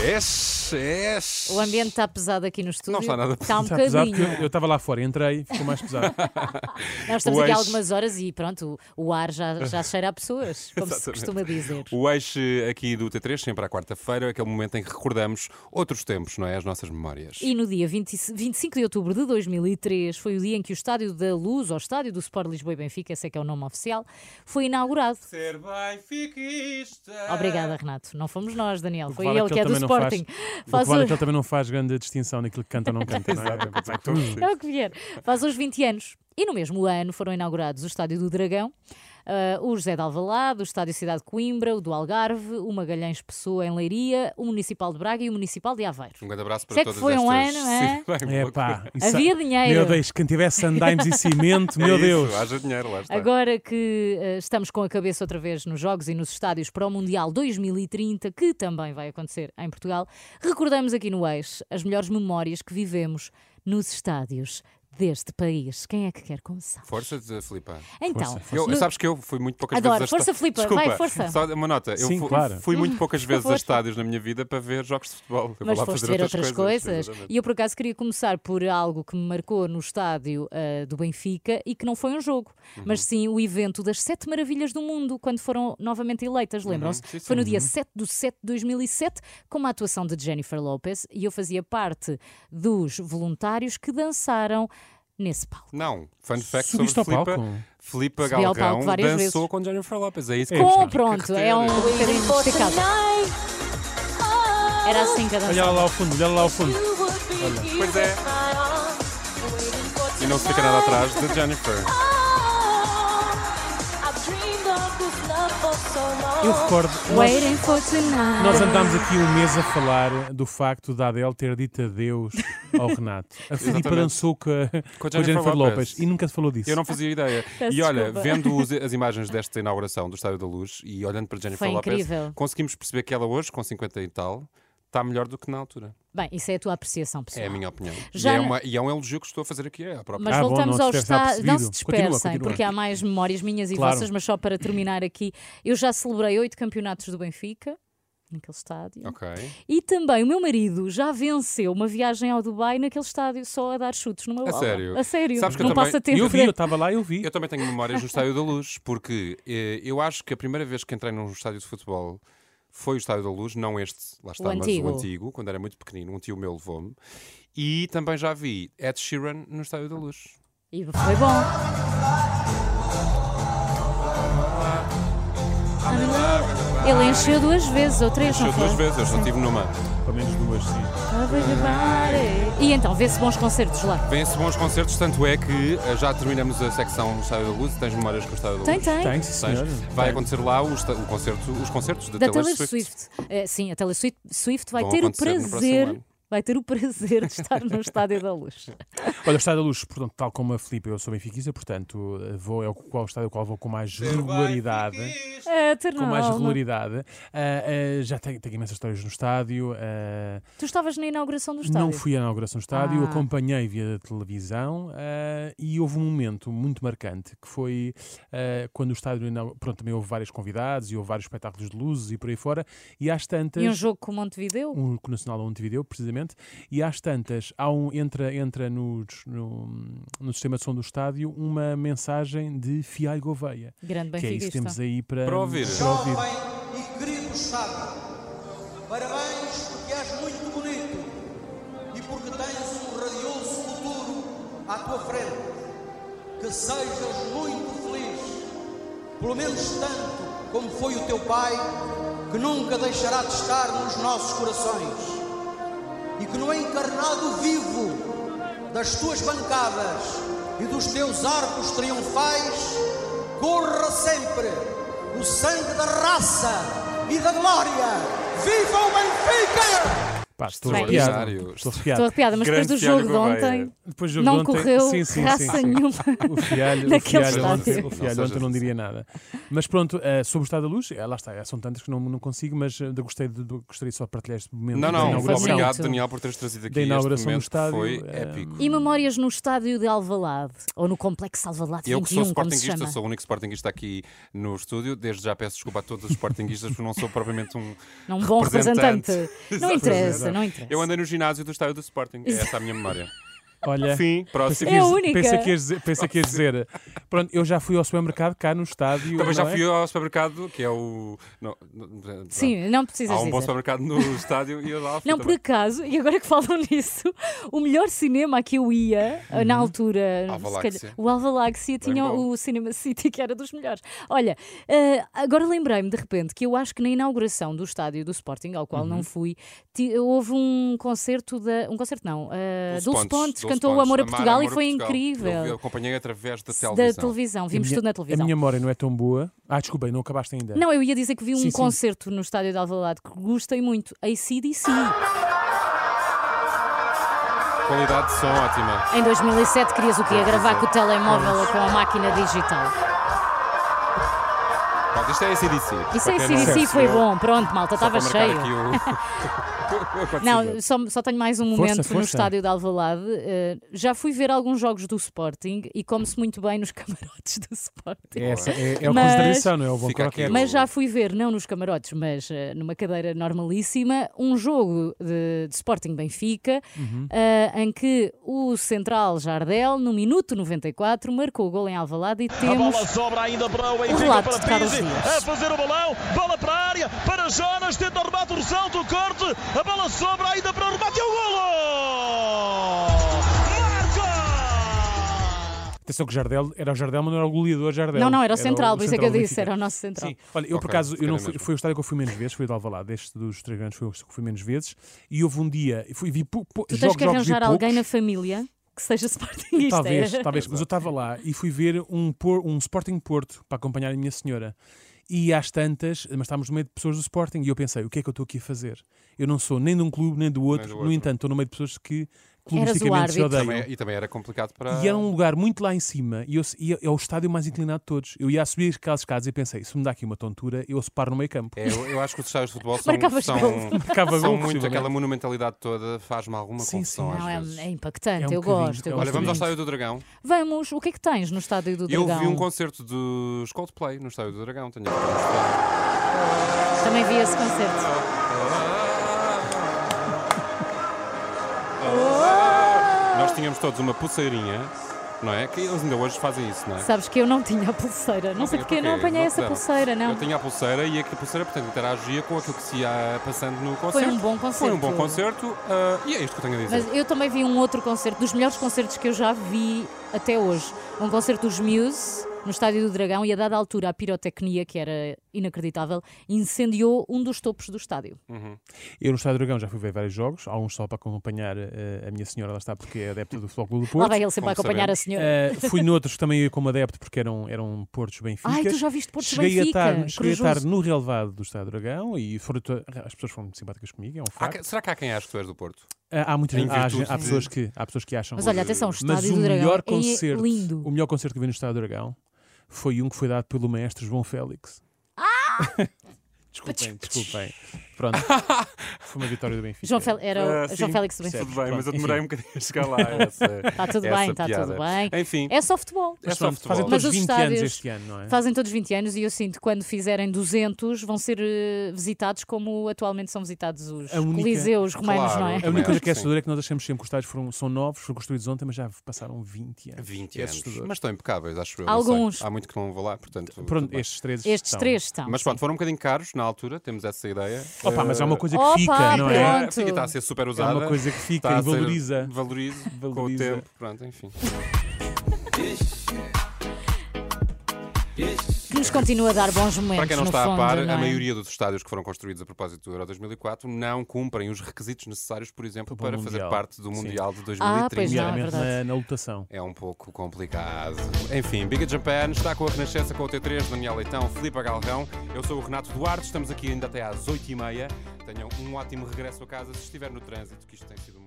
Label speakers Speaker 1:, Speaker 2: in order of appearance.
Speaker 1: Yes, yes.
Speaker 2: O ambiente está pesado aqui no estúdio.
Speaker 1: Não está nada
Speaker 2: Está um
Speaker 3: Está pesado
Speaker 2: bocadinho.
Speaker 3: porque eu- eu estava lá fora, entrei, ficou mais pesado.
Speaker 2: Nós estamos
Speaker 1: O
Speaker 2: aqui há
Speaker 1: ex-
Speaker 2: algumas horas e pronto, o o ar já, já cheira a pessoas, como se
Speaker 1: Exatamente.
Speaker 2: costuma dizer.
Speaker 1: O eixo aqui do T3, sempre à quarta-feira, é aquele momento em que recordamos outros tempos, não é? As nossas memórias.
Speaker 2: E no dia 20 25 de outubro de 2003 foi o dia em que o Estádio da Luz, ou Estádio do Sport Lisboa e Benfica, esse é que é o nome oficial, foi inaugurado.
Speaker 1: Ser benfiquista.
Speaker 2: Obrigada, Renato. Não fomos nós, Daniel. Foi
Speaker 3: vale é
Speaker 2: ele
Speaker 3: que
Speaker 2: que é
Speaker 3: ele
Speaker 2: do
Speaker 3: também não faz-
Speaker 2: Sporting.
Speaker 3: O que vale é
Speaker 2: hoje-
Speaker 3: que ele também não faz grande distinção naquilo que canta ou não canta. não é?
Speaker 2: É o que vier. Faz uns 20 anos. E no mesmo ano foram inaugurados o Estádio do Dragão, ah, o José de Alvalade, o Estádio Cidade de Coimbra, o do Algarve, o Magalhães Pessoa em Leiria, o Municipal de Braga e o Municipal de Aveiro.
Speaker 1: Um grande abraço para
Speaker 2: Se é que
Speaker 1: todas
Speaker 2: foi um
Speaker 1: estas-
Speaker 2: ano, é?
Speaker 1: Sim, bem,
Speaker 3: É
Speaker 1: pouco.
Speaker 3: pá. isso-
Speaker 2: Havia dinheiro.
Speaker 3: Meu Deus, quem tivesse andaimes e cimento,
Speaker 1: É
Speaker 3: meu
Speaker 1: isso,
Speaker 3: Deus.
Speaker 1: Haja dinheiro, lá está.
Speaker 2: Agora que eh, estamos com a cabeça outra vez nos jogos e nos estádios para o Mundial 2030, que também vai acontecer em Portugal, recordamos aqui no Eixo as melhores memórias que vivemos nos estádios deste país. Quem é que quer começar?
Speaker 1: Força, Filipa.
Speaker 2: Então,
Speaker 1: Eu,
Speaker 2: no-
Speaker 1: Sabes que eu fui muito poucas
Speaker 2: Adoro.
Speaker 1: vezes a
Speaker 2: Força,
Speaker 1: esta-
Speaker 2: Filipa,
Speaker 1: Desculpa,
Speaker 2: vai, força.
Speaker 1: Só uma nota. Eu
Speaker 3: Sim,
Speaker 1: fu-
Speaker 3: claro.
Speaker 1: fui muito poucas vezes a
Speaker 2: favor.
Speaker 1: estádios na minha vida para ver jogos de futebol. Eu vou
Speaker 2: Mas
Speaker 1: lá
Speaker 2: foste
Speaker 1: fazer
Speaker 2: ver outras coisas.
Speaker 1: exatamente.
Speaker 2: E eu, por acaso, queria começar por algo que me marcou no estádio ah, do Benfica e que não foi um jogo,
Speaker 1: Uhum.
Speaker 2: mas sim o evento das Sete Maravilhas do Mundo, quando foram novamente eleitas, lembram-se?
Speaker 1: Uhum. Sim, sim.
Speaker 2: Foi no dia 7 de 7 de 2007, com uma atuação de Jennifer Lopez, e eu fazia parte dos voluntários que dançaram nesse palco.
Speaker 1: Não, fun fact
Speaker 3: Subiste ao
Speaker 1: sobre Filipa.
Speaker 3: palco.
Speaker 1: Filipa
Speaker 2: Subi ao
Speaker 1: Galrão
Speaker 2: palco várias
Speaker 1: dançou
Speaker 2: vezes.
Speaker 1: com Jennifer Lopez. É isso que
Speaker 2: Com,
Speaker 1: temos que
Speaker 2: pronto,
Speaker 1: reter.
Speaker 2: é um bocadinho destacado. Era assim que a
Speaker 3: Olha ela
Speaker 2: dançava.
Speaker 3: lá ao fundo, olha ela lá ao fundo.
Speaker 1: Pois é. E não se fica nada atrás de Jennifer.
Speaker 3: Eu recordo, nós,
Speaker 2: Waiting for tonight.
Speaker 3: nós andámos aqui um mês a falar do facto da Adele ter dito adeus ao Renato. A Filipa
Speaker 1: Exatamente.
Speaker 3: dançou com a, com a Jennifer, Lopez.
Speaker 1: Lopez.
Speaker 3: e nunca se falou disso.
Speaker 1: Eu não fazia ideia.
Speaker 2: Peço
Speaker 1: e olha,
Speaker 2: desculpa.
Speaker 1: vendo os- as imagens desta inauguração do Estádio da Luz e olhando para Jennifer
Speaker 2: Foi
Speaker 1: Lopez,
Speaker 2: incrível.
Speaker 1: conseguimos perceber que ela hoje, com 50 e tal, está melhor do que na altura.
Speaker 2: Bem, isso é a tua apreciação pessoal.
Speaker 1: É a minha opinião.
Speaker 2: Já-
Speaker 1: E, é uma- e é um elogio que estou a fazer aqui à própria.
Speaker 2: Mas
Speaker 3: Ah, bom,
Speaker 2: voltamos
Speaker 3: não
Speaker 2: ao
Speaker 3: se deve estar
Speaker 2: estado. Não se
Speaker 3: percebido. Continua,
Speaker 2: dispersem,
Speaker 3: continua.
Speaker 2: porque há mais memórias minhas e
Speaker 3: Claro.
Speaker 2: vossas, mas só para terminar aqui, eu já celebrei oito campeonatos do Benfica. Naquele estádio.
Speaker 1: Ok.
Speaker 2: E também o meu marido já venceu uma viagem ao Dubai naquele estádio só a dar chutes numa
Speaker 1: A
Speaker 2: bola.
Speaker 1: sério?
Speaker 2: A sério.
Speaker 1: Sabes que eu
Speaker 2: não
Speaker 1: também-
Speaker 2: passa tempo.
Speaker 3: Eu vi, eu estava lá, eu vi.
Speaker 1: Eu também tenho memórias no Estádio da Luz, porque eh, eu acho que a primeira vez que entrei num estádio de futebol foi o Estádio da Luz, não este, lá está,
Speaker 2: O
Speaker 1: mas
Speaker 2: antigo.
Speaker 1: o antigo, quando era muito pequenino, um tio meu levou-me. E também já vi Ed Sheeran no Estádio da Luz.
Speaker 2: E foi bom. Ele encheu duas vezes ou três,
Speaker 1: Show
Speaker 2: não foi?
Speaker 1: duas vezes, eu só tive numa.
Speaker 3: Pelo menos duas, sim.
Speaker 2: E então vê-se bons concertos lá.
Speaker 1: Vêm-se bons concertos, tanto é que eh, já terminamos a secção do Estádio da Luz. Tens memórias com o Estádio da Luz?
Speaker 2: Tem, tem.
Speaker 3: Tem, sim,
Speaker 1: Tens?
Speaker 3: senhora.
Speaker 1: Vai
Speaker 3: Tem.
Speaker 1: acontecer lá o, esta- o concerto, os concertos da,
Speaker 2: da Taylor, Swift. Eh, sim, a Taylor Swift, Swift vai
Speaker 1: Vão
Speaker 2: ter o
Speaker 1: acontecer no próximo
Speaker 2: prazer.
Speaker 1: ano.
Speaker 2: Vai ter o prazer de estar no Estádio da Luz.
Speaker 3: Olha, o Estádio da Luz, portanto, tal como a Filipe, eu sou benfiquista, portanto, eh, vou, é o qual o estádio ao qual vou com mais regularidade.
Speaker 2: É, ter
Speaker 3: Com mais
Speaker 2: alma.
Speaker 3: regularidade. Ah, ah, já tenho, tenho imensas histórias no estádio. ah,
Speaker 2: Tu estavas na inauguração do estádio.
Speaker 3: Não fui à inauguração do estádio,
Speaker 2: Ah.
Speaker 3: acompanhei via televisão ah, e houve um momento muito marcante que foi ah, quando o estádio. inau- Pronto, também houve vários convidados e houve vários espetáculos de luzes e por aí fora. E às tantas.
Speaker 2: E um jogo com o Montevideo?
Speaker 3: um com o Nacional de Montevideo, precisamente, e às tantas há um, entra, entra nos- no, no sistema de som do estádio uma mensagem de Fiai Gouveia.
Speaker 2: Grande
Speaker 3: Que é isso
Speaker 2: benfiquista.
Speaker 3: que temos aí para,
Speaker 1: Para ouvir.
Speaker 3: para ouvir.
Speaker 4: Jovem e querido Chá, parabéns porque és muito bonito e porque tens um radioso futuro à tua frente. Que sejas muito feliz, pelo menos tanto como foi o teu pai, que nunca deixará de estar nos nossos corações e que no encarnado vivo das tuas bancadas e dos teus arcos triunfais corra sempre o sangue da raça e da glória. Viva o Benfica!
Speaker 3: Pá, estou
Speaker 2: Bem,
Speaker 1: isto-
Speaker 3: arrepiado.
Speaker 1: é
Speaker 3: Estou
Speaker 2: Estou
Speaker 3: arrepiado.
Speaker 2: arrepiada, mas depois
Speaker 5: Grande
Speaker 2: do jogo de
Speaker 5: Tiago Gouveia.
Speaker 2: ontem
Speaker 3: Depois do jogo de
Speaker 2: não
Speaker 3: ontem-
Speaker 2: correu
Speaker 3: sim, sim,
Speaker 2: raça
Speaker 3: sim.
Speaker 2: nenhuma.
Speaker 3: O Fialho, o
Speaker 2: Naquele
Speaker 3: Fialho ontem,
Speaker 2: estádio.
Speaker 3: o Fialho
Speaker 1: Não
Speaker 3: ontem não
Speaker 1: sejas
Speaker 3: diria nada. Mas pronto, eh, sobre o estado da luz, eh, lá está, são tantas que não, não consigo, mas eh, gostei de, de- gostaria só de partilhar este momento.
Speaker 1: Não,
Speaker 3: da
Speaker 1: não,
Speaker 2: inauguração.
Speaker 1: obrigado
Speaker 2: Sim.
Speaker 1: Daniel por teres trazido
Speaker 3: Da
Speaker 1: aqui
Speaker 3: inauguração
Speaker 1: este
Speaker 3: do
Speaker 1: momento
Speaker 3: estádio,
Speaker 1: que foi
Speaker 3: eh,
Speaker 1: épico.
Speaker 2: E memórias no estádio de Alvalade, ou no complexo Alvalade
Speaker 1: Eu que sou
Speaker 2: 21, como se
Speaker 1: sportinguista,
Speaker 2: um chama.
Speaker 1: sou o único sportinguista aqui no estúdio. Desde já peço desculpa a todos os sportinguistas porque não sou propriamente um.
Speaker 2: Não um bom representante.
Speaker 1: Representante.
Speaker 2: Não interessa, não interessa.
Speaker 1: Eu andei no ginásio do estádio do Sporting. É essa a minha memória.
Speaker 3: Olha,
Speaker 1: Fim,
Speaker 3: Pensa
Speaker 1: próximo.
Speaker 3: que,
Speaker 2: É a
Speaker 3: ias-
Speaker 2: única.
Speaker 3: Pensa que, ias dizer, pensa que ias dizer. Pronto, eu já fui ao supermercado cá no estádio.
Speaker 1: Também Então, já
Speaker 3: não é?
Speaker 1: fui ao supermercado, que é o. Não, não, pronto.
Speaker 2: Sim, não precisas
Speaker 1: Há um bom
Speaker 2: dizer.
Speaker 1: supermercado no estádio e eu lá fui
Speaker 2: Não, por
Speaker 1: também.
Speaker 2: acaso, e agora que falam nisso, o melhor cinema a que eu ia eh, na altura, se
Speaker 1: Alvaláxia.
Speaker 2: calhar, o Alvaláxia tinha
Speaker 1: Uhum. bom.
Speaker 2: o Cinema City, que era dos melhores. Olha, eh, agora lembrei-me de repente que eu acho que na inauguração do estádio do Sporting, ao qual
Speaker 1: Uhum.
Speaker 2: não fui, ti- houve um concerto da. Um concerto não, eh,
Speaker 1: Dulce
Speaker 2: Dulce Pontes
Speaker 1: Dulce
Speaker 2: cantou o
Speaker 1: Pontes,
Speaker 2: Amor a
Speaker 1: Amar,
Speaker 2: Portugal e
Speaker 1: Amor a
Speaker 2: foi
Speaker 1: Portugal. Eu,
Speaker 2: incrível.
Speaker 1: acompanhei através da
Speaker 2: Da
Speaker 1: televisão.
Speaker 2: televisão, vimos
Speaker 3: A minha-
Speaker 2: tudo na
Speaker 3: A
Speaker 2: televisão.
Speaker 3: minha memória não é tão boa. Ah, desculpem, não acabaste ainda.
Speaker 2: Não, eu ia dizer que vi um
Speaker 3: Sim, sim.
Speaker 2: concerto no estádio de Alvalade que gostei muito, ACDC.
Speaker 1: Qualidade de som ótima.
Speaker 2: Em 2007 querias o quê? A gravar com o telemóvel ou com a máquina digital.
Speaker 1: Pronto, isto é ACDC.
Speaker 2: Isso aí,
Speaker 1: Para quem
Speaker 2: sim,
Speaker 1: não
Speaker 2: sim, foi
Speaker 1: percebeu,
Speaker 2: bom. Pronto, malta,
Speaker 1: só
Speaker 2: estava
Speaker 1: para marcar
Speaker 2: cheio.
Speaker 1: aqui o- o
Speaker 2: Não,
Speaker 1: acontecimento.
Speaker 2: só, só tenho mais um
Speaker 3: Força,
Speaker 2: momento no
Speaker 3: força.
Speaker 2: estádio de Alvalade. Eh, já fui ver alguns jogos do Sporting e come-se muito bem nos camarotes do Sporting.
Speaker 3: É, essa, é, é o
Speaker 2: Mas-
Speaker 3: consideração, não é? O bom
Speaker 1: Fica aqui
Speaker 3: croquete.
Speaker 1: o-
Speaker 2: Mas já fui ver, não nos camarotes, mas eh, numa cadeira normalíssima, um jogo de, de Sporting Benfica, eh, em que o central Jardel, no minuto 94, marcou o gol em Alvalade e
Speaker 6: A
Speaker 2: temos...
Speaker 6: bola sobra ainda para o Benfica,
Speaker 2: relato
Speaker 6: para
Speaker 2: de Carlos
Speaker 6: Pizzi,
Speaker 2: Dias.
Speaker 6: a fazer o balão, bola para a área, para Jonas, tenta o remate, o ressalto, o corte, a bola sobra ainda para o remate, e o golo! Marca!
Speaker 3: Atenção que Jardel era o Jardel, mas não era o goleador Jardel.
Speaker 2: Não, não, era o central, por isso é que eu
Speaker 3: central do
Speaker 2: disse,
Speaker 3: Benfica.
Speaker 2: era o nosso central.
Speaker 3: Sim, olha, eu por
Speaker 1: Ok,
Speaker 3: acaso, eu
Speaker 1: fica
Speaker 3: não
Speaker 1: na
Speaker 3: fui,
Speaker 1: mesma.
Speaker 3: foi o estádio que eu fui menos vezes, foi o de Alvalade, este dos três grandes foi o que fui menos vezes, e houve um dia, e fui, vi pou- pou-
Speaker 2: Tu tens
Speaker 3: jogos,
Speaker 2: que
Speaker 3: jogos, vi
Speaker 2: arranjar alguém na
Speaker 3: poucos.
Speaker 2: família que seja sportinguista.
Speaker 3: Talvez, talvez. Mas eu estava lá e fui ver um, por- um Sporting Porto para acompanhar a minha senhora. E às tantas, mas estávamos no meio de pessoas do Sporting e eu pensei, o que é que eu estou aqui a fazer? Eu não sou nem de um clube nem do outro,
Speaker 1: do
Speaker 3: no
Speaker 1: outro.
Speaker 3: entanto, estou no meio de pessoas que
Speaker 2: Eras
Speaker 3: clubisticamente
Speaker 2: o
Speaker 3: se
Speaker 2: árbitro.
Speaker 3: odeiam.
Speaker 1: Também- ah. e também era complicado para.
Speaker 2: é
Speaker 3: E era um lugar muito lá em cima, e, eu, e é o estádio mais inclinado de todos. Eu ia a subir aquelas escadas e pensei, se me dá aqui uma tontura, eu separo no meio campo.
Speaker 1: É, eu, eu acho que os estádios de futebol são,
Speaker 2: Marcavas
Speaker 1: são,
Speaker 2: gol.
Speaker 3: Marcava gol,
Speaker 1: são muito
Speaker 3: possivelmente.
Speaker 1: aquela monumentalidade toda, faz-me alguma
Speaker 3: Sim,
Speaker 1: confusão
Speaker 3: sim.
Speaker 2: é? Não,
Speaker 1: às
Speaker 2: é,
Speaker 1: vezes.
Speaker 2: é impactante,
Speaker 3: É um
Speaker 2: eu
Speaker 3: bocadinho,
Speaker 2: gosto. eu
Speaker 3: é um
Speaker 1: Olha,
Speaker 2: gosto
Speaker 1: vamos ao
Speaker 2: muito.
Speaker 1: estádio do Dragão.
Speaker 2: Vamos, o que é que tens no estádio do
Speaker 1: Eu
Speaker 2: Dragão?
Speaker 1: vi um concerto dos Coldplay no estádio do Dragão. Tenho a ver.
Speaker 2: Também vi esse concerto.
Speaker 1: Nós tínhamos todos uma pulseirinha, não é? Que eles ainda hoje fazem isso, não é?
Speaker 2: Sabes que eu não tinha a pulseira. Não, sei
Speaker 1: tinha
Speaker 2: porque não
Speaker 1: porquê,
Speaker 2: apanhei
Speaker 1: não
Speaker 2: essa
Speaker 1: puderam.
Speaker 2: pulseira, não.
Speaker 1: Eu tinha a pulseira e a pulseira, portanto, interagia com aquilo que se ia passando no concerto.
Speaker 2: um bom
Speaker 1: Foi um bom
Speaker 2: concerto.
Speaker 1: concerto ah, e é isto que eu tenho a dizer.
Speaker 2: Mas eu também vi um outro concerto, dos melhores concertos que eu já vi até hoje. Um concerto dos Muse, no Estádio do Dragão, e a dada altura a pirotecnia, que era inacreditável, incendiou um dos topos do estádio.
Speaker 3: Eu no Estádio do Dragão já fui ver vários jogos, alguns só para acompanhar eh, a minha senhora, lá está, porque é adepta do Futebol Clube do
Speaker 2: Lá
Speaker 3: Porto.
Speaker 2: vai ele sempre a
Speaker 1: como
Speaker 2: acompanhar a
Speaker 1: sabemos.
Speaker 2: senhora.
Speaker 3: Eh, fui noutros que também ia como adepto, porque eram, eram Portos Benfica.
Speaker 2: Ai, tu já viste Porto
Speaker 3: É, cheguei
Speaker 2: Benfica?
Speaker 3: A estar, cheguei a estar
Speaker 2: corajoso.
Speaker 3: no relevado do Estado do Dragão e foram to- as pessoas foram muito simpáticas comigo, é um
Speaker 1: Há
Speaker 3: facto.
Speaker 1: que- será que há quem acha que tu és do Porto?
Speaker 3: Ah, há, muita
Speaker 1: Em
Speaker 3: gente- há,
Speaker 1: virtude
Speaker 3: há
Speaker 1: de-
Speaker 3: pessoas que, há pessoas que acham.
Speaker 2: Mas olha, atenção, o
Speaker 3: Mas
Speaker 2: Estádio
Speaker 3: o
Speaker 2: do Dragão
Speaker 3: melhor
Speaker 2: é
Speaker 3: concerto,
Speaker 2: lindo.
Speaker 3: o melhor concerto que vi no Estado do Dragão foi um que foi dado pelo maestro João Félix.
Speaker 2: Ah!
Speaker 3: desculpem, desculpem. Pronto. Foi uma vitória do Benfica.
Speaker 2: João Fel- era o
Speaker 1: Ah,
Speaker 2: João
Speaker 1: sim,
Speaker 2: Félix do Benfica.
Speaker 1: Tudo bem,
Speaker 3: Pronto,
Speaker 1: mas eu
Speaker 3: enfim.
Speaker 1: demorei um bocadinho a chegar lá. Está
Speaker 2: Está tudo bem, está tudo bem.
Speaker 1: Enfim,
Speaker 2: É só futebol.
Speaker 1: é
Speaker 3: Mas
Speaker 1: só
Speaker 3: pronto,
Speaker 1: futebol.
Speaker 2: Mas
Speaker 3: fazem todos
Speaker 2: os
Speaker 3: 20
Speaker 2: estádios-
Speaker 3: anos este ano, não é?
Speaker 2: Fazem todos 20 anos e eu sinto que quando fizerem 200 vão ser eh, visitados como atualmente são visitados os
Speaker 3: A única-
Speaker 2: coliseus romanos,
Speaker 1: Claro.
Speaker 2: não é?
Speaker 3: A única coisa que é
Speaker 1: Sim.
Speaker 3: assustadora é que nós achamos sempre que os estádios foram, são novos, foram construídos ontem, mas já passaram 20 anos.
Speaker 1: 20
Speaker 3: É
Speaker 1: anos.
Speaker 3: assustador.
Speaker 1: Mas estão impecáveis, acho eu. não
Speaker 2: Alguns.
Speaker 1: sei. Há muito que não vou lá, portanto. tudo
Speaker 3: Pronto,
Speaker 1: bem.
Speaker 3: estes três
Speaker 2: Estes
Speaker 3: são.
Speaker 2: três estão.
Speaker 1: Mas pronto, foram um bocadinho caros na altura, temos essa ideia.
Speaker 3: Opa, mas é uma coisa que
Speaker 2: Opa,
Speaker 3: fica, não
Speaker 1: Eh,
Speaker 3: é?
Speaker 2: Pronto.
Speaker 1: sim, que está a ser super usada.
Speaker 3: É uma coisa que fica
Speaker 1: Está
Speaker 3: e
Speaker 1: a ser-
Speaker 3: valoriza.
Speaker 1: valoriza. com o
Speaker 3: Valoriza.
Speaker 1: tempo. Pronto, enfim.
Speaker 2: Que nos continua a dar bons momentos.
Speaker 1: Para quem não
Speaker 2: no
Speaker 1: está
Speaker 2: fundo,
Speaker 1: a par,
Speaker 2: não
Speaker 1: a
Speaker 2: é?
Speaker 1: maioria dos estádios que foram construídos a propósito do Euro 2004 não cumprem os requisitos necessários, por exemplo,
Speaker 3: Para o
Speaker 1: para fazer
Speaker 3: Mundial.
Speaker 1: parte do
Speaker 3: Sim.
Speaker 1: Mundial de
Speaker 2: Ah, pois não, é
Speaker 1: 2030.
Speaker 3: Nomeadamente
Speaker 2: verdade.
Speaker 3: na, na lotação.
Speaker 1: É um pouco complicado. Enfim, Big Japan está com a Renascença com o T3, Daniel Leitão, Filipe Galrão. Eu sou o Renato Duarte, estamos aqui ainda até às 8h30. tenham um ótimo regresso a casa se estiver no trânsito, que isto tem sido uma.